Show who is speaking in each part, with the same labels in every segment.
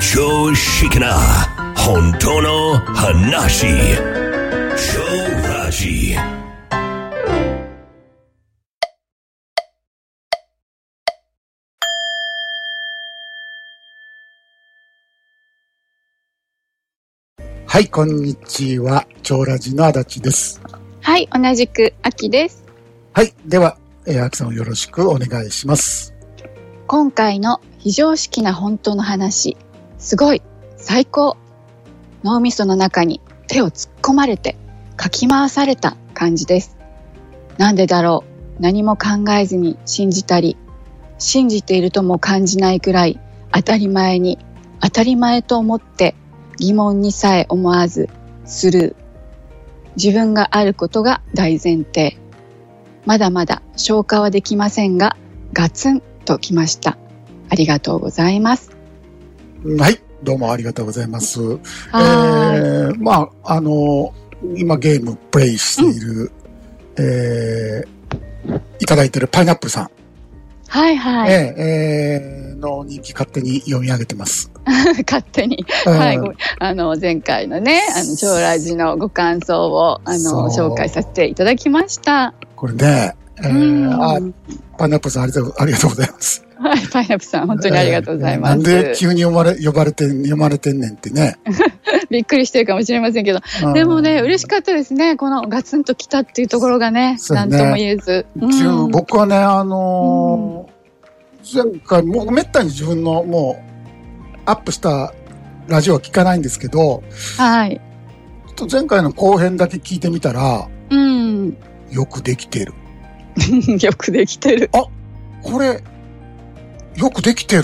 Speaker 1: 常識な本当の話超ラジ
Speaker 2: はい、こんにちは。長ラジの足立です。
Speaker 3: はい、同じく秋です。
Speaker 2: はい、では、えー、秋さんをよろしくお願いします。
Speaker 3: 今回の非常識な本当の話、すごい、最高。脳みその中に手を突っ込まれて、かき回された感じです。なんでだろう、何も考えずに信じたり、信じているとも感じないくらい当たり前に、当たり前と思って疑問にさえ思わず、スルー。自分があることが大前提。まだまだ消化はできませんが、ガツンときました。ありがとうございます。
Speaker 2: はい、どうもありがとうございます。え
Speaker 3: はーい。
Speaker 2: ー、まあ、あのー今ゲームプレイしている、えー、いただいてるパイナップルさん、
Speaker 3: はいはい。
Speaker 2: えーえーの人気勝手に読み上げてます。
Speaker 3: 勝手に。はい。
Speaker 2: うん
Speaker 3: ごめんあの、前回のね、あの、超ラジのご感想を、あの、
Speaker 2: そう
Speaker 3: 紹介させていただきました。
Speaker 2: これね、えー
Speaker 3: うん
Speaker 2: あ
Speaker 3: は
Speaker 2: パイナップルさんありがとうありがとうございます。
Speaker 3: い。パイナップさん、本当にありがとうござい
Speaker 2: え
Speaker 3: ま
Speaker 2: ー
Speaker 3: す。
Speaker 2: なんで急に呼ばれ、呼ばれて、読まれてんねんってね。
Speaker 3: びっくりしてるかもしれませんけど、
Speaker 2: うん
Speaker 3: でもね、嬉しかったですね。このガツンと来たっていうところがね、
Speaker 2: そう
Speaker 3: な
Speaker 2: ね
Speaker 3: んとも言えず。うん
Speaker 2: 一応僕はね、あのー前回、もうめったに自分のもう、アップしたラジオは聞かないんですけど、
Speaker 3: はい。
Speaker 2: ちょっと前回の後編だけ聞いてみたら、
Speaker 3: うん。
Speaker 2: よくできてる。
Speaker 3: よくできてる。
Speaker 2: これ、よくでき てる。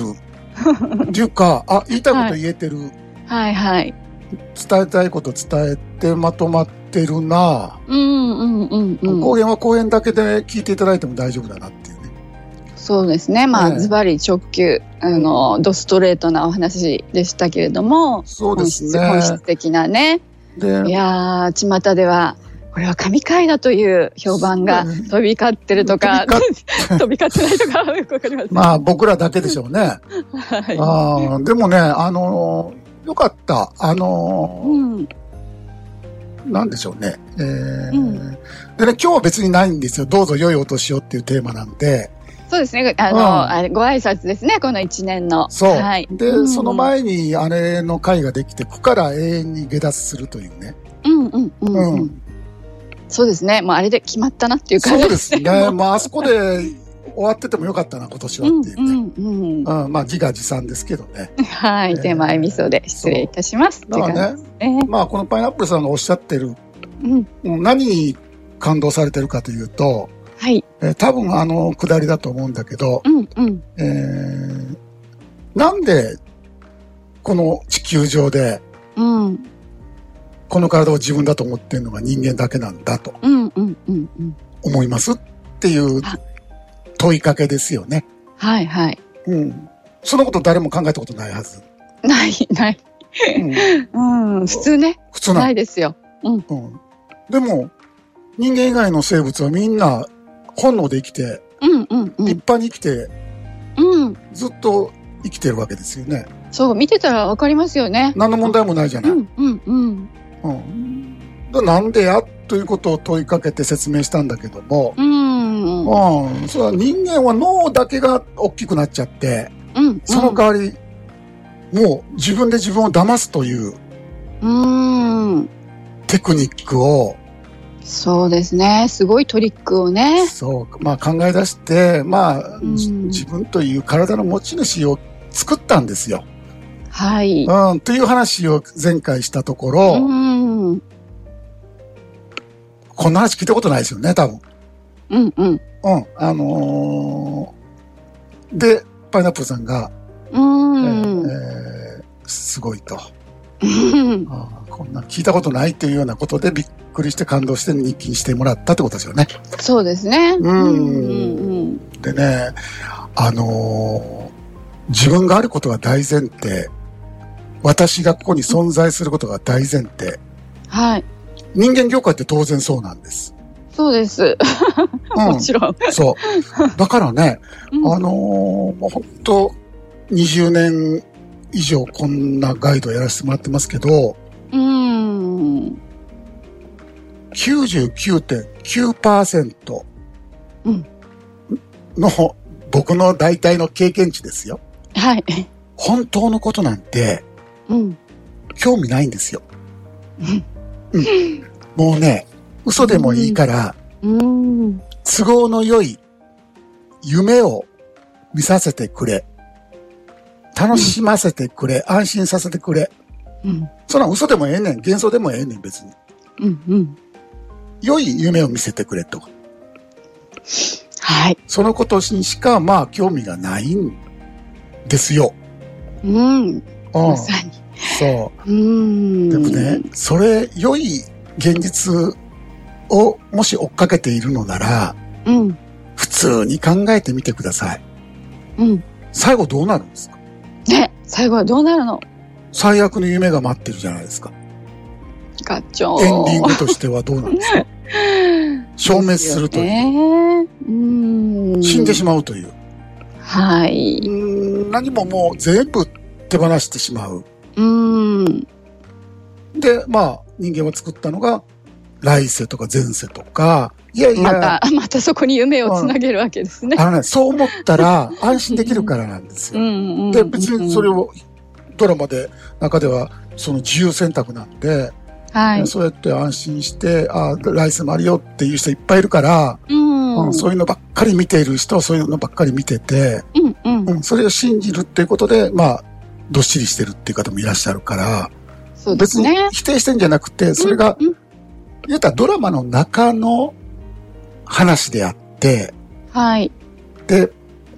Speaker 2: っていうか、あ、言いたいこと言えてる。
Speaker 3: はいはい。
Speaker 2: 伝えたいこと伝えてまとまってるな、
Speaker 3: うんうんうんうん。
Speaker 2: 後編は後編だけで聞いていただいても大丈夫だなっていうね。
Speaker 3: そうですね。ま
Speaker 2: ええ
Speaker 3: あ、ズバリ直球、あの、ドストレートなお話でしたけれども、
Speaker 2: そうで
Speaker 3: 本
Speaker 2: す
Speaker 3: 質本質
Speaker 2: ね。
Speaker 3: 的なね。
Speaker 2: で
Speaker 3: いやー、巷では、これは神回だという評判が
Speaker 2: そう
Speaker 3: 飛び交ってるとか、
Speaker 2: 飛
Speaker 3: 飛び交ってないとか、よくわかりません。
Speaker 2: まあ僕らだけでしょうね。
Speaker 3: はい。
Speaker 2: ああ、でもね、あのーよかった。あ
Speaker 3: う
Speaker 2: の
Speaker 3: ん、
Speaker 2: ーなんでしょうね。えー
Speaker 3: うん
Speaker 2: でね、今日は別にないんですよ。どうぞ良いお年をっていうテーマなんで。
Speaker 3: そうですね。あ
Speaker 2: うん
Speaker 3: の、あれご挨拶ですね、この一年の。
Speaker 2: そう。
Speaker 3: はい。
Speaker 2: で、
Speaker 3: うん
Speaker 2: その前にあれの会ができて、ここから永遠に下脱するというね。
Speaker 3: うんうんうん
Speaker 2: う。
Speaker 3: うんん。そうですね。もうあれで決まったなっていう感
Speaker 2: そ
Speaker 3: じ
Speaker 2: うです ね。まあ、あそこで終わっててもよかったな、今年はっていうね。うん
Speaker 3: うんうんうん。
Speaker 2: まあ、自画自賛ですけどね。
Speaker 3: はい、手前味噌で失礼いたします。
Speaker 2: だからね、
Speaker 3: ええ
Speaker 2: まあ、このパイナップルさんがおっしゃってる、
Speaker 3: うん、
Speaker 2: うん何に感動されてるかというと、
Speaker 3: はい、
Speaker 2: えー多分あの、下りだと思うんだけど、
Speaker 3: うん、うん、
Speaker 2: えーなんで、この地球上で、
Speaker 3: うん、
Speaker 2: この体を自分だと思ってるのが人間だけなんだと
Speaker 3: うん、うん、うん、うん、
Speaker 2: 思いますっていう
Speaker 3: あ
Speaker 2: 問いかけですよね。
Speaker 3: はい、はい、
Speaker 2: うん。そのこと誰も考えたことないはず。
Speaker 3: ない、ない、
Speaker 2: うん、
Speaker 3: うん、普通ね、
Speaker 2: 普通なの
Speaker 3: ないですよ。
Speaker 2: うん。でも、人間以外の生物はみんな本能で生きて、
Speaker 3: うん、うん、う
Speaker 2: 立
Speaker 3: ん、
Speaker 2: 派に生きて、
Speaker 3: うん、
Speaker 2: ずっと生きてるわけですよね。
Speaker 3: そう、見てたらわかりますよね。
Speaker 2: 何の問題もないじゃな
Speaker 3: う
Speaker 2: い。
Speaker 3: ん、うん、うん、
Speaker 2: うん。だなんでやということを問いかけて説明したんだけども、
Speaker 3: うん、うん、
Speaker 2: うん、それは人間は脳だけが大きくなっちゃって、
Speaker 3: うん、
Speaker 2: その代わり、もう自分で自分を騙すという
Speaker 3: うん、
Speaker 2: テクニックを、
Speaker 3: そうですね、すごいトリックをね。
Speaker 2: そう、まあ考え出して、まあ、
Speaker 3: うん
Speaker 2: じ自分という体の持ち主を作ったんですよ。
Speaker 3: はい。
Speaker 2: うん、という話を前回したところ、
Speaker 3: うん、うん、
Speaker 2: こんな話聞いたことないですよね、多分。
Speaker 3: うん、
Speaker 2: うん、あのーで、パイナップルさんが、
Speaker 3: うん、
Speaker 2: えーすごいと。
Speaker 3: うん。
Speaker 2: あーこんな聞いたことないというようなことでびっくりして感動して日記にしてもらったってことですよね。
Speaker 3: そうですね。
Speaker 2: うん
Speaker 3: うんうん
Speaker 2: でね、あのー自分があることが大前提。私がここに存在することが大前提。
Speaker 3: はい。
Speaker 2: 人間業界って当然そうなんです。
Speaker 3: そうです。
Speaker 2: う
Speaker 3: も
Speaker 2: ん、
Speaker 3: ちろん。
Speaker 2: そう。だからね、
Speaker 3: うん
Speaker 2: あのーもう本当20年以上こんなガイドやらせてもらってますけど、
Speaker 3: うーん。
Speaker 2: 99.9%
Speaker 3: うん
Speaker 2: の僕の大体の経験値ですよ。
Speaker 3: はい。
Speaker 2: 本当のことなんて
Speaker 3: うん。
Speaker 2: 興味ないんですよ。うんもうね、嘘でもいいから、
Speaker 3: うーん。
Speaker 2: 都合の良い夢を見させてくれ。楽しませてくれ。安心させてくれ。
Speaker 3: うん。
Speaker 2: そんなん嘘でもええねん。幻想でもええねん、別に。
Speaker 3: うん。うん。
Speaker 2: 良い夢を見せてくれと。
Speaker 3: はい。
Speaker 2: そのことにしか、まあ、興味がないんですよ。
Speaker 3: うん。
Speaker 2: う
Speaker 3: ま
Speaker 2: ん。
Speaker 3: さに。
Speaker 2: そう
Speaker 3: ー
Speaker 2: う。
Speaker 3: ん。
Speaker 2: でもね、それ、良い現実をもし追っかけているのなら、
Speaker 3: うん。
Speaker 2: 普通に考えてみてください。
Speaker 3: うん。
Speaker 2: 最後どうなるんですか
Speaker 3: ね、最後はどうなるの
Speaker 2: 最悪の夢が待ってるじゃないですか。
Speaker 3: ガチョ
Speaker 2: エンディングとしてはどうなん ですか消滅するという。
Speaker 3: ねえうーん。
Speaker 2: 死んでし
Speaker 3: ま
Speaker 2: まうという。。
Speaker 3: う。はいう
Speaker 2: ーん何ももう全部手放してしまう。
Speaker 3: うーん。
Speaker 2: で、まあ、人間は作ったのが、来世とか前世とか、いやいや、
Speaker 3: また、またそこに夢をつなげるわけですね。
Speaker 2: あのね、そう思ったら安心できるからなんです
Speaker 3: う
Speaker 2: よ。
Speaker 3: んうん。
Speaker 2: で、別にそれ。をドラマで、中では、その自由選択なんで、
Speaker 3: はい。
Speaker 2: そうやって安心して、あ来世もあるよっていう人いっぱいいるから、
Speaker 3: う
Speaker 2: う
Speaker 3: ん。
Speaker 2: んそういうのばっかり見ている人はそういうのばっかり見てて、
Speaker 3: うんうん。
Speaker 2: うんそれを信じるっていうことで、まあ、どっしりしてるっていう方もいらっしゃるから、
Speaker 3: そうで
Speaker 2: 別
Speaker 3: す
Speaker 2: に
Speaker 3: ね。
Speaker 2: 否定してんじゃなくて、それが、
Speaker 3: うんうん
Speaker 2: 言ったらドラマの中の話であって、
Speaker 3: はい。
Speaker 2: で、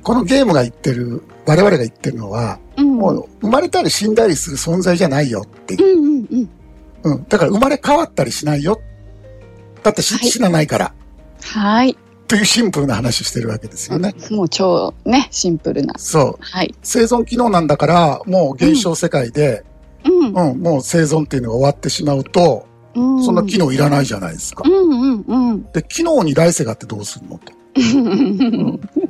Speaker 2: このゲームが言ってる、我々が言ってるのは、
Speaker 3: うん。
Speaker 2: もう生まれたり死んだりする存在じゃないよっていう
Speaker 3: う。んうんうん。
Speaker 2: うん。だから生まれ変わったりしないよ。だってし
Speaker 3: はい
Speaker 2: 死なないから。
Speaker 3: はい。
Speaker 2: というシンプルな話をしてるわけですよね。
Speaker 3: もう超ね、シンプルな。
Speaker 2: そう。
Speaker 3: はい。
Speaker 2: 生存機能なんだから、もう現象世界で、
Speaker 3: うん。
Speaker 2: うん、もう生存っていうのが終わってしまうと、
Speaker 3: うん。
Speaker 2: そんな機能いらないじゃないですか
Speaker 3: う。んうんうん。
Speaker 2: で、機能に来世があってどうするのと。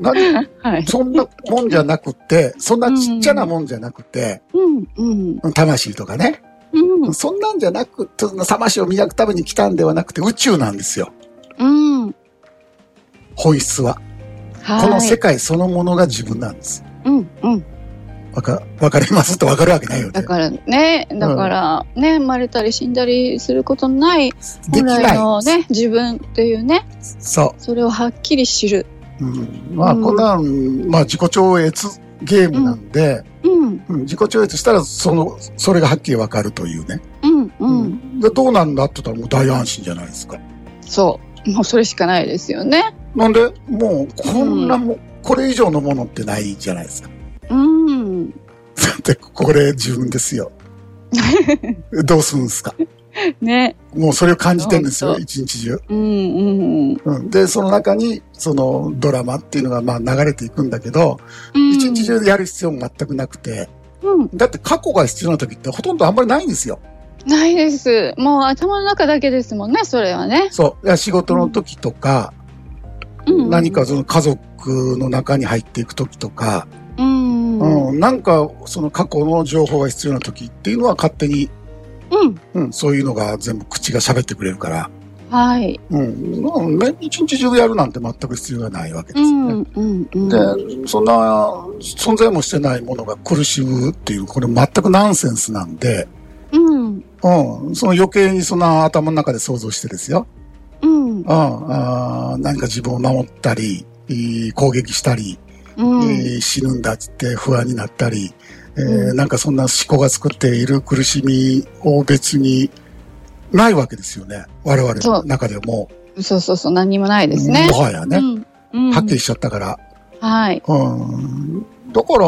Speaker 2: 何
Speaker 3: はい。
Speaker 2: そんなもんじゃなくて、そんなちっちゃなもんじゃなくて、
Speaker 3: うんうん。
Speaker 2: 魂とかね。
Speaker 3: うん。
Speaker 2: そんなんじゃなく、そんな魂を磨くために来たんではなくて宇宙なんですよ。
Speaker 3: うん。
Speaker 2: 本質は。
Speaker 3: はい。
Speaker 2: この世界そのものが自分なんです。
Speaker 3: うんうん。
Speaker 2: わか、わかりますってわかるわけないよ
Speaker 3: だ
Speaker 2: ね。
Speaker 3: からね、だからね、生まれたり死んだりすることのない
Speaker 2: でき
Speaker 3: 本
Speaker 2: な
Speaker 3: 来
Speaker 2: い。
Speaker 3: のね、自分っていうね、
Speaker 2: そ
Speaker 3: それをはっきり知る。
Speaker 2: う。うん、まあ、
Speaker 3: うん
Speaker 2: こんなん、まあ、自己超越ゲームなんで、
Speaker 3: うん
Speaker 2: うん自己超越したら、その、それがはっきりわかるというね。
Speaker 3: うんうん。
Speaker 2: で、どうなんだって言ったらもう大安心じゃないですか。
Speaker 3: そう。もうそれしかないですよね。
Speaker 2: なんで、もう、こんなも、これ以上のものってないじゃないですか。
Speaker 3: うん。
Speaker 2: だって、これ自分です よ。どうするんですか
Speaker 3: ね。
Speaker 2: もうそれを感じてるんですよ、
Speaker 3: 本当
Speaker 2: 一日中。
Speaker 3: うんうん。
Speaker 2: うん、で、その中に、そのドラマっていうのがまあ流れていくんだけど、
Speaker 3: うん
Speaker 2: 一日中やる必要も全くなくて、
Speaker 3: うん。
Speaker 2: だって過去が必要な時ってほとんどあんまりないんですよ。
Speaker 3: ないです。もう頭の中だけですもんね、それはね。
Speaker 2: そう。いや仕事の時とか、
Speaker 3: うん
Speaker 2: 何か。その家族の中に入っていく時とか、
Speaker 3: うん。うん。
Speaker 2: うん、なんかその過去の情報が必要な時っていうのは勝手にうん、そういうのが全部口が喋ってくれるから、
Speaker 3: はい。
Speaker 2: うん、うんね一日中やるなんて全く必要がないわけで
Speaker 3: う
Speaker 2: す
Speaker 3: ん
Speaker 2: よね。
Speaker 3: うんうん。
Speaker 2: で、そんな存在もしてないものが苦しむっていう、これ全くナンセンスなんで、
Speaker 3: うん。
Speaker 2: うん、その余計にそんな頭の中で想像してですよ。
Speaker 3: うん
Speaker 2: うん、。あー何か自分を守ったり、いい攻撃したり、
Speaker 3: うん。
Speaker 2: えー死ぬんだっつって不安になったり、えー
Speaker 3: う
Speaker 2: なんかそんな思考が作っている苦しみを別にないわけですよね。我々の中でも。
Speaker 3: そうそうそう、何もないですね。
Speaker 2: もはやね、
Speaker 3: うん。うん
Speaker 2: はっきりしちゃったから。
Speaker 3: はい。
Speaker 2: うん。だから、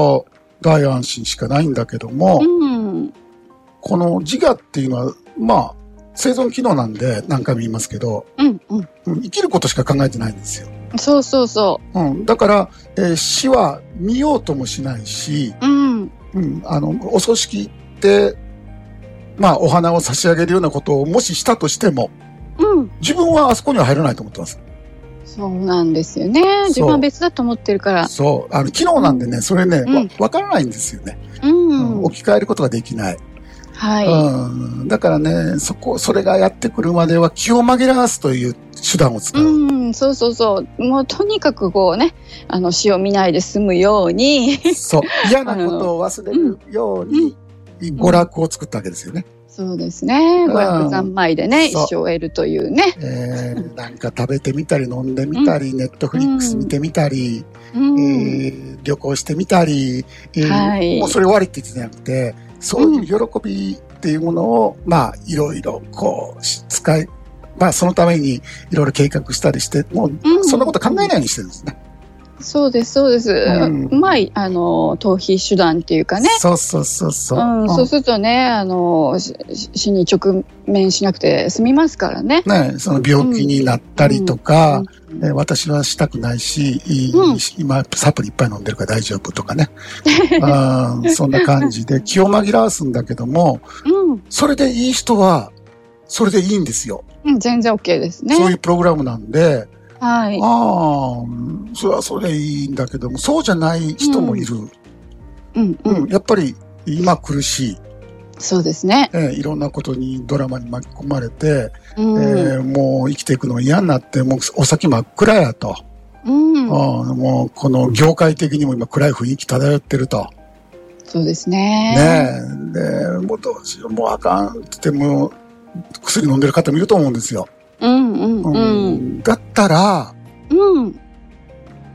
Speaker 2: 大安心しかないんだけども、
Speaker 3: うん。
Speaker 2: この自我っていうのは、まあ、生存機能なんで何回も言いますけど、
Speaker 3: うん。うん。
Speaker 2: うん生きることしか考えてないんですよ。
Speaker 3: そうそうそ
Speaker 2: うん。だから、えー死は見ようともしないし、
Speaker 3: う。うん。
Speaker 2: うん、あの、お葬式って、まあ、お花を差し上げるようなことをもししたとしても、
Speaker 3: うん。
Speaker 2: 自分はあそこには入らないと思ってます。
Speaker 3: そうなんですよね。自分は別だと思ってるから。
Speaker 2: そう。あの、機能なんでね、それね、わ
Speaker 3: うん
Speaker 2: わからないんですよね。
Speaker 3: うん。うん。
Speaker 2: 置き換えることができない。
Speaker 3: はい。
Speaker 2: うん、だからね、そこ、それがやってくるまでは気を紛らわすという手段を使う。
Speaker 3: うん、そうそうそう。もうとにかくこうね、あの、死を見ないで済むように、
Speaker 2: そう。嫌なことを忘れるように、娯楽を作ったわけですよね。
Speaker 3: そうですね。
Speaker 2: うん
Speaker 3: 五百三昧でね、一
Speaker 2: そう
Speaker 3: 生を得るというね。
Speaker 2: えー、なんか食べてみたり、飲んでみたり、ネットフリックス見てみたり、
Speaker 3: うん
Speaker 2: えー旅行してみたり、えー
Speaker 3: はい
Speaker 2: もうそれ終わりって言ってんじゃなくて、そういう喜びっていうものを、まあ、いろいろこう、し使い、まあ、そのためにいろいろ計画したりして、も
Speaker 3: う
Speaker 2: う、そんなこと考えないようにしてるんですね。
Speaker 3: そうです、そうです。
Speaker 2: うん
Speaker 3: うまい、あの、逃避手段っていうかね。
Speaker 2: そうそうそうそう。
Speaker 3: うん、そううするとね、あの、しし死に直面しなくて済みますからね。
Speaker 2: ね、その病気になったりとか、
Speaker 3: うん
Speaker 2: えー私はしたくないし、いい
Speaker 3: うん
Speaker 2: 今サプリいっぱい飲んでるから大丈夫とかね。うんそんな感じで気を紛らわすんだけども、
Speaker 3: うん、
Speaker 2: それでいい人は、それでいいんですよ。
Speaker 3: うん、全然 OK ですね。
Speaker 2: そういうプログラムなんで、
Speaker 3: はい。
Speaker 2: ああ、それはそれでいいんだけども、そうじゃない人もいる。
Speaker 3: うん、
Speaker 2: う、
Speaker 3: うんん、
Speaker 2: やっぱり今苦しい、
Speaker 3: そうですね。
Speaker 2: えーいろんなことにドラマに巻き込まれて、
Speaker 3: うん、
Speaker 2: えーもう生きていくの嫌になって、もうお先真っ暗やと。
Speaker 3: うん、
Speaker 2: ああもうこの業界的にも今暗い雰囲気漂ってると。
Speaker 3: そうですね。
Speaker 2: ねえ。で、もうどうしよう、もうあかんって言っても、薬飲んでる方もいると思うんですよ。
Speaker 3: うん、うん、
Speaker 2: う
Speaker 3: うん、
Speaker 2: ん、だったら、
Speaker 3: うん、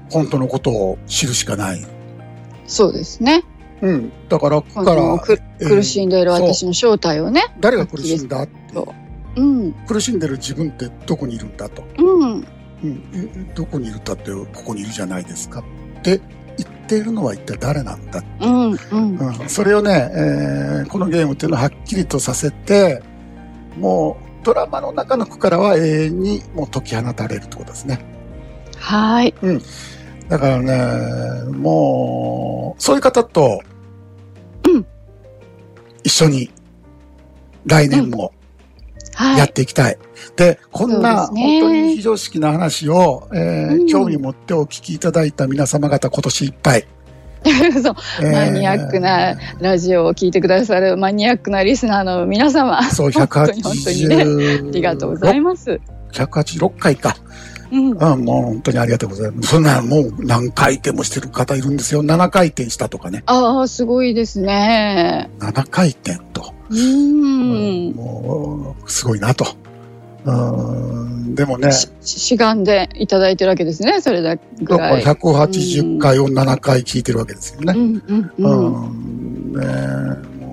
Speaker 2: 本当のことを知るしかない。
Speaker 3: そうですね。
Speaker 2: うん。だから、ここ
Speaker 3: こ
Speaker 2: か
Speaker 3: の
Speaker 2: ら、
Speaker 3: く
Speaker 2: えー
Speaker 3: 苦しんでいる私の正体をね。
Speaker 2: 誰が苦しんだ
Speaker 3: うん、
Speaker 2: 苦しんでる自分ってどこにいるんだと。
Speaker 3: うん、
Speaker 2: うん。ええどこにいるんだって、ここにいるじゃないですかって言っているのは一体誰なんだ。
Speaker 3: うん、うん、
Speaker 2: うん。それをね、えーこのゲームっていうのははっきりとさせて、もう、ドラマの中の子からは永遠にもう解き放たれるってことですね。
Speaker 3: はい。
Speaker 2: だからね、もう、そういう方と、
Speaker 3: うん
Speaker 2: 一緒に、来年も
Speaker 3: は
Speaker 2: やっ
Speaker 3: い。
Speaker 2: ていきたい。で、こんな、
Speaker 3: そうですね
Speaker 2: 本当に非常識な話を、えー
Speaker 3: うん
Speaker 2: 興味持ってお聞きいただいた皆様方、今年いっぱい。
Speaker 3: そう、マニアックなラジオを聞いてくださるマニアックなリスナーの皆様。
Speaker 2: そう、
Speaker 3: 本当に本当にね。
Speaker 2: 186
Speaker 3: ありがとうございます。
Speaker 2: 186回か。
Speaker 3: うん、
Speaker 2: うん、もう本当にありがとうございます。そんな、もう何回転もしてる方いるんですよ。7回転したとかね。
Speaker 3: ああ、すごいですね。
Speaker 2: 7回転と。
Speaker 3: うーん。
Speaker 2: もう、すごいなと。うん、でもね、
Speaker 3: し志願でいただいてるわけですね、それだぐ
Speaker 2: だから
Speaker 3: い。
Speaker 2: ら180回を7回聞いてるわけですよ
Speaker 3: う
Speaker 2: ね。
Speaker 3: んうん
Speaker 2: う
Speaker 3: う
Speaker 2: ん、ね
Speaker 3: ん。
Speaker 2: もう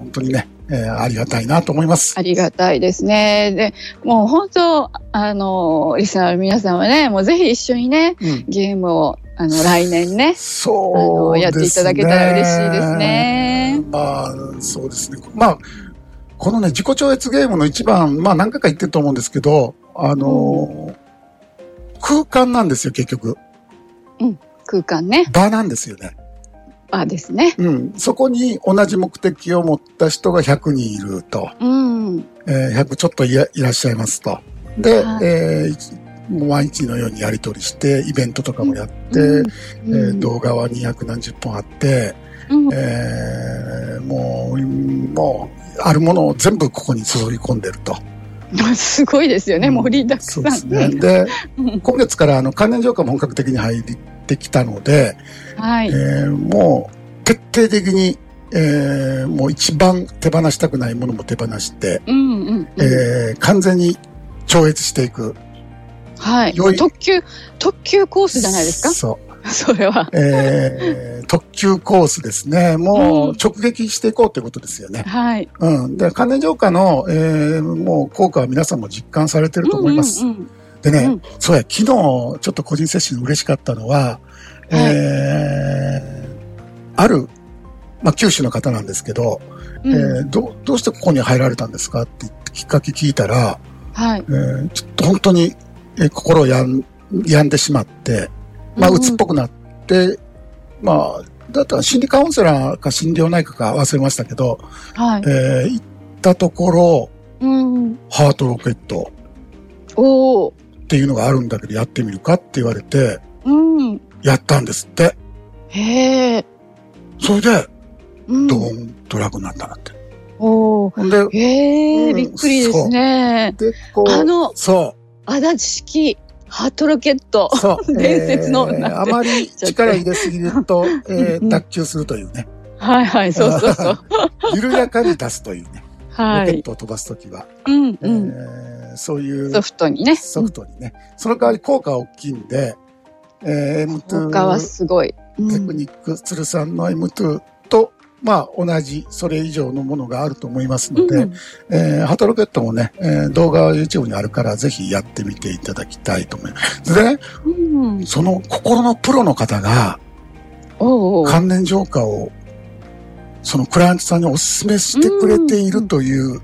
Speaker 2: 本当にね、えーありがたいなと思います
Speaker 3: あ。りがたいですね。で、もう本当、あの、リスナーの皆さんはね、もうぜひ一緒にね、
Speaker 2: うん、
Speaker 3: ゲームを、あの、来年ね、あ
Speaker 2: そ
Speaker 3: の、
Speaker 2: う
Speaker 3: や
Speaker 2: で
Speaker 3: っ
Speaker 2: すね。
Speaker 3: ていただけたら嬉しいです。ね。
Speaker 2: まあ、そうですね。まあ、このね、自己超越ゲームの一番、まあ何回か言ってると思うんですけど、あのー空間なんですよ、結局。
Speaker 3: 空間ね、
Speaker 2: 場なんですよね。
Speaker 3: バーですね。
Speaker 2: うん。そこに同じ目的を持った人が100人いると。
Speaker 3: うん。
Speaker 2: えー100ちょっといらいらっしゃいますと。で、
Speaker 3: はい
Speaker 2: えーいつもう毎日のようにやり取りして、イベントとかもやって、
Speaker 3: うん、
Speaker 2: えー動画は200何十本あって、
Speaker 3: うん
Speaker 2: えーもう、うんもう、あるものを全部ここに注ぎ込んでると。
Speaker 3: すごいですよね、
Speaker 2: うん
Speaker 3: 盛りだくさ
Speaker 2: そ
Speaker 3: ん。
Speaker 2: うですね。で、
Speaker 3: うん
Speaker 2: 今月からあの関連浄化も本格的に入ってきたので、
Speaker 3: はい。
Speaker 2: えーもう徹底的に、えーもう一番手放したくないものも手放して、
Speaker 3: うんうんうん
Speaker 2: えー完全に超越していく。
Speaker 3: はい。
Speaker 2: 良い
Speaker 3: 特急、特急コースじゃないです
Speaker 2: そう。
Speaker 3: か それは。
Speaker 2: えー特急コースですね。も
Speaker 3: う
Speaker 2: うん直撃していこうということですよね。
Speaker 3: はい。
Speaker 2: うん。で、関連浄化の、えーもう効果は皆さんも実感されてると思います。
Speaker 3: うんうんうん
Speaker 2: でね、
Speaker 3: うん
Speaker 2: そうや、昨日、ちょっと個人接種嬉しかったのは、えー、ある、まあ、九州の方なんですけど、
Speaker 3: うん
Speaker 2: えーどう、どうしてここに入られたんですかってきっかけ聞いたら、
Speaker 3: はい
Speaker 2: え。ーちょっと本当に、えー心を病ん病んでしまって、まあ、
Speaker 3: うんうん
Speaker 2: 鬱っぽくなって、まあ、だったら心理カウンセラーか心療内科か忘れましたけど、
Speaker 3: はい。
Speaker 2: えー行ったところ、
Speaker 3: うん。
Speaker 2: ハートロケット
Speaker 3: おお。
Speaker 2: っていうのがあるんだけど、やってみるかって言われて、
Speaker 3: うん。
Speaker 2: やったんですって。
Speaker 3: へえ。
Speaker 2: それで、
Speaker 3: うん
Speaker 2: ドーンと楽になったなって。
Speaker 3: おー
Speaker 2: ほんで、
Speaker 3: へえ、
Speaker 2: うん
Speaker 3: びっくりですね。
Speaker 2: で、こう、
Speaker 3: あの、
Speaker 2: そ
Speaker 3: 足立式ハートロケット
Speaker 2: う、。そう、
Speaker 3: 伝説の
Speaker 2: えー
Speaker 3: なん
Speaker 2: あ
Speaker 3: て
Speaker 2: まり力入れすぎると、えー、脱臼するというね、
Speaker 3: はいはい、そうそうそう。
Speaker 2: 緩やかに出すというね、ロ
Speaker 3: は
Speaker 2: ケッ
Speaker 3: い。
Speaker 2: トを飛ばすときは、
Speaker 3: うんうん。
Speaker 2: えーそういう
Speaker 3: ソフトにね。
Speaker 2: ソフトにね、その代わり効果は大きいんで、えー、M2
Speaker 3: 他はすごい。うん
Speaker 2: テクニック、鶴さんの M2 と、まあ、同じ、それ以上のものがあると思いますので、
Speaker 3: うん
Speaker 2: えーハトロケットもね、えー動画は YouTube にあるから、ぜひやってみていただきたいと思います。でね、
Speaker 3: うん。
Speaker 2: その心のプロの方が、
Speaker 3: おうおう。
Speaker 2: 関連浄化を、そのクライアントさんにお勧めしてくれているという、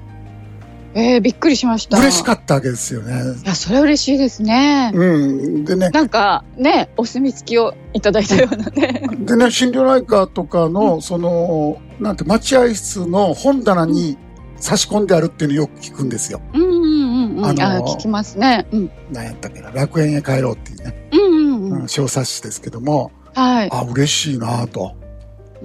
Speaker 3: えー、びっくりしました。
Speaker 2: 嬉しか
Speaker 3: っ
Speaker 2: ったわけですよね。
Speaker 3: た。いや、それは嬉しいですね。
Speaker 2: うん。でね、
Speaker 3: なんか、ね、お墨付きをいただいたようなね。
Speaker 2: でね、心療内科とかの、その、なんて、待合室の本棚に差し込んであるっていうのよく聞くんですよ。
Speaker 3: うんうんうんうん。
Speaker 2: あのー
Speaker 3: あー、聞きますね。うん。
Speaker 2: なんやったっけな、楽園へ帰ろうっていうね、
Speaker 3: うんうん
Speaker 2: う
Speaker 3: うん
Speaker 2: ん、。小冊子ですけども、
Speaker 3: はい。
Speaker 2: あ、嬉しいなぁと。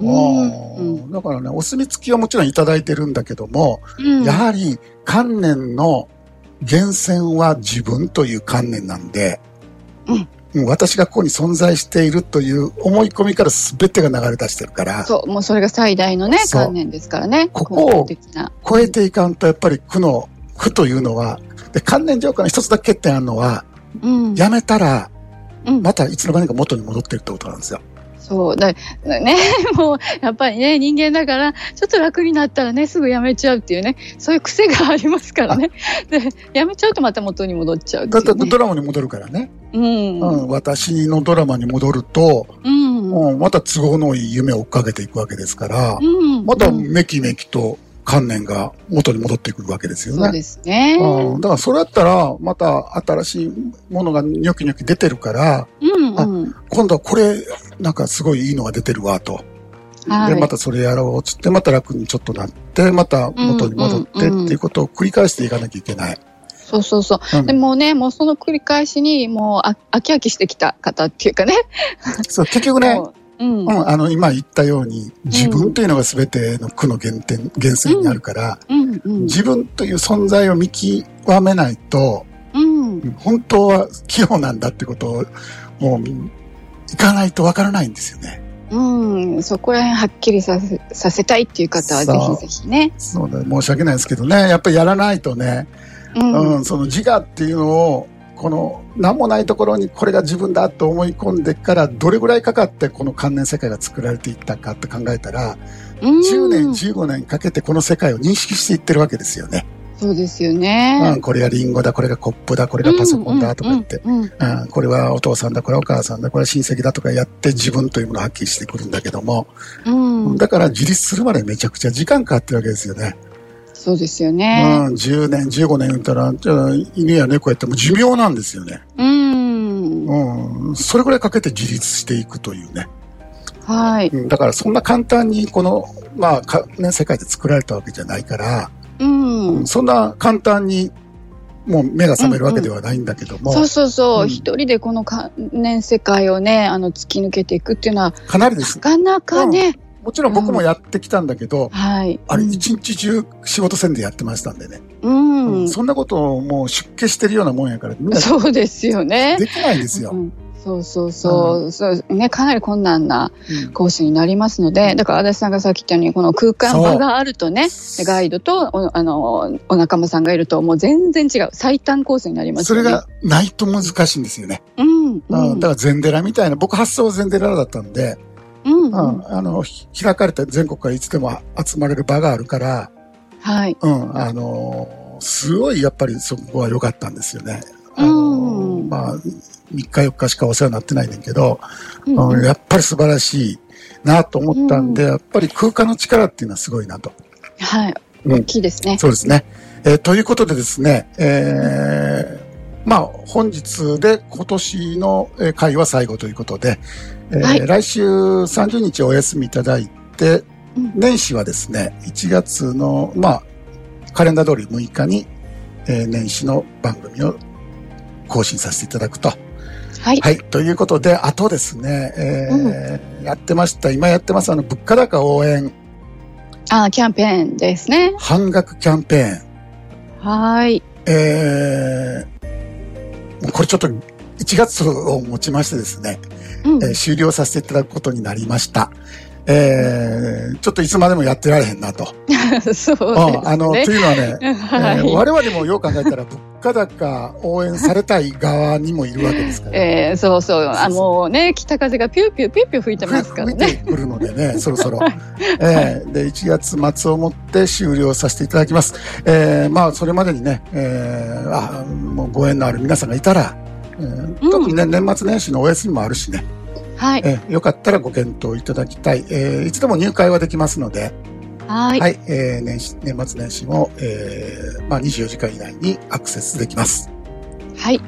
Speaker 2: あ
Speaker 3: うんうん
Speaker 2: ーだからね、お墨付きはもちろんいただいてるんだけども、
Speaker 3: うん
Speaker 2: やはり観念の源泉は自分という観念なんで、
Speaker 3: うん
Speaker 2: うん私がここに存在しているという思い込みから全てが流れ出してるから、
Speaker 3: そう、もうそれが最大のね、
Speaker 2: そう
Speaker 3: 観念ですからね。
Speaker 2: ここを
Speaker 3: 根本的な。
Speaker 2: 超えていかんとやっぱり苦の、苦というのは、で観念浄化の一つだけ欠点あるのは、
Speaker 3: うん。
Speaker 2: やめたら、
Speaker 3: うん
Speaker 2: またいつの間にか元に戻ってるってことなんですよ。
Speaker 3: そう。だね、 もう、やっぱりね、人間だから、ちょっと楽になったらね、すぐやめちゃうっていうね、そういう癖がありますからね。で、やめちゃうとまた元に戻っちゃうって
Speaker 2: だっ
Speaker 3: い
Speaker 2: て
Speaker 3: う、ね。
Speaker 2: ドラマに戻るからね。
Speaker 3: うん。
Speaker 2: うん、私のドラマに戻ると、
Speaker 3: うん。うん。
Speaker 2: うん、また都合のいい夢を追っかけていくわけですから、
Speaker 3: うん
Speaker 2: まためきめきと観念が元に戻ってくるわけですよ
Speaker 3: そう
Speaker 2: ね。
Speaker 3: ですね。
Speaker 2: うん、だからそれだったら、また新しいものがニョキニョキ出てるから、
Speaker 3: うんうん。
Speaker 2: 今度はこれ、なんかすごいいいのが出てるわと。
Speaker 3: はい
Speaker 2: で、またそれやろうっつって、また楽にちょっとなって、また元に戻ってって
Speaker 3: うんうんうん
Speaker 2: いうことを繰り返していかなきゃいけない。
Speaker 3: そうそうそう。
Speaker 2: うん
Speaker 3: でもね、もうその繰り返しに、もうあ飽き飽きしてきた方っていうかね。
Speaker 2: そう結局ね、
Speaker 3: もううん。
Speaker 2: うん、あの、今言ったように、自分というのが全ての苦の原点、源泉にあるから、
Speaker 3: うんうん。
Speaker 2: 自分という存在を見極めないと、
Speaker 3: うん。
Speaker 2: 本当は器用なんだってことを、もう、いかないとわからないんですよね。
Speaker 3: うん、そこら辺はっきりさせさせたいっていう方はぜ
Speaker 2: そう
Speaker 3: ひぜひね。
Speaker 2: そうだ、申し訳ないですけどね、やっぱりやらないとね、
Speaker 3: う
Speaker 2: うん
Speaker 3: ん、、
Speaker 2: その自我っていうのを、この、何もないところにこれが自分だと思い込んでから、どれぐらいかかってこの関連世界が作られていったかって考えたら、
Speaker 3: うん
Speaker 2: 10年、15年かけてこの世界を認識していってるわけですよね。
Speaker 3: そうですよ
Speaker 2: う
Speaker 3: ね
Speaker 2: ん、。これがリンゴだ、これがコップだ、これがパソコンだとか言って、
Speaker 3: うんう
Speaker 2: う
Speaker 3: ん
Speaker 2: ん、これはお父さんだ、これはお母さんだ、これは親戚だとかやって自分というものを発揮してくるんだけども、
Speaker 3: うんうん
Speaker 2: だから自立するまでめちゃくちゃ時間かかってるわけですよね。
Speaker 3: そうですよ
Speaker 2: う
Speaker 3: ね。
Speaker 2: ん、10年、15年言ったら、じゃあ犬や猫やっても寿命なんですよね。
Speaker 3: うん。
Speaker 2: うん、それぐらいかけて自立していくというね。
Speaker 3: はい。
Speaker 2: うん、だからそんな簡単にこの、まあ、かね、世界で作られたわけじゃないから、
Speaker 3: うん。
Speaker 2: そんな簡単にもう目が覚めるわけではないんだけども、
Speaker 3: そうそうそうう。
Speaker 2: ん
Speaker 3: 一人でこの関連世界をね、あの、突き抜けていくっていうのは、
Speaker 2: かなりで
Speaker 3: な
Speaker 2: す。
Speaker 3: かなかね、
Speaker 2: もちろん僕もやってきたんだけど、
Speaker 3: はい。
Speaker 2: あれ一日中仕事せんでやってましたんでね。
Speaker 3: うん。うん
Speaker 2: そんなことをもう出家してるようなもんやから、みんな
Speaker 3: そうですよね。
Speaker 2: できないんですよ。
Speaker 3: うんそうそうそう,、そうね、かなり困難な
Speaker 2: うん
Speaker 3: 講師になりますので、だから足立さんがさっき言ったようにこの空間場があるとねガイドとおあのお仲間さんがいるともう全然違う最短コースになります
Speaker 2: そ
Speaker 3: よ
Speaker 2: れ
Speaker 3: ね。
Speaker 2: がないと難しいんですよね。
Speaker 3: うんう
Speaker 2: うん
Speaker 3: ん
Speaker 2: だから禅寺みたいな、僕発想は禅寺だったんで、
Speaker 3: うん
Speaker 2: う
Speaker 3: うん
Speaker 2: んあの、ひ開かれて全国からいつでも集まれる場があるから、
Speaker 3: はい
Speaker 2: うん、あのーすごいやっぱりそこは良かったんですよね。あのー
Speaker 3: うん
Speaker 2: まあ、3日4日しかお世話になってないねんだけど、
Speaker 3: うん
Speaker 2: う
Speaker 3: うん
Speaker 2: んやっぱり素晴らしいなと思ったんで、やっぱり空間の力っていうのはすごいなと。
Speaker 3: はい
Speaker 2: うん
Speaker 3: 大きいですね。
Speaker 2: そうですね。えーということでですね、えーまあ、本日で今年のえー会は最後ということで、えー
Speaker 3: はい
Speaker 2: 来週30日お休みいただいて
Speaker 3: うん、
Speaker 2: 年始はですね、1月の、まあ、カレンダー通り6日に、えー年始の番組を更新させていただくと。
Speaker 3: はい、
Speaker 2: はい。ということで、あとですね、えーやってました、今やってます、あの、物価高応援
Speaker 3: あーキャンペーンですね。
Speaker 2: 半額キャンペーン。
Speaker 3: はーい。
Speaker 2: えーもうこれちょっと1月をもちましてですね、
Speaker 3: うん
Speaker 2: えー終了させていただくことになりました。えーちょっといつまでもやってられへんなと。
Speaker 3: そう
Speaker 2: うんあの、と
Speaker 3: で
Speaker 2: いうのはね、
Speaker 3: すね。
Speaker 2: え
Speaker 3: は
Speaker 2: ー
Speaker 3: い。
Speaker 2: 我々もよう考えたら物価高応援されたい側にもいるわけですから、
Speaker 3: えー、そうそう、
Speaker 2: そう
Speaker 3: あもうね、北風がピューピューピューピュー吹いてますから
Speaker 2: 吹
Speaker 3: ね。
Speaker 2: いてくるのでね、そろそろ。えーで、1月末をもって終了させていただきます。えーまあ、それまでにね、えーあもうご縁のある皆さんがいたら、えー
Speaker 3: うん
Speaker 2: 特にね、年末年始のお休みもあるしね、
Speaker 3: はい。
Speaker 2: えーよかったらご検討いただきたい。えーいつでも入会はできますので、
Speaker 3: は
Speaker 2: はい、
Speaker 3: い。
Speaker 2: えー年始年末年始も、えーまあ、24時間以内にアクセスできます。
Speaker 3: はい。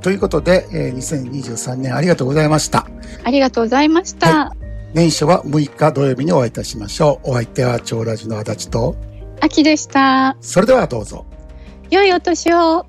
Speaker 2: ということで、えー2023年ありがとうございました。
Speaker 3: ありがとうございました。
Speaker 2: 年初は6日土曜日にお会いいたしましょう。お相手は長ラジの足立と、
Speaker 3: 秋でした。
Speaker 2: それではどうぞ。
Speaker 3: 良いお年を。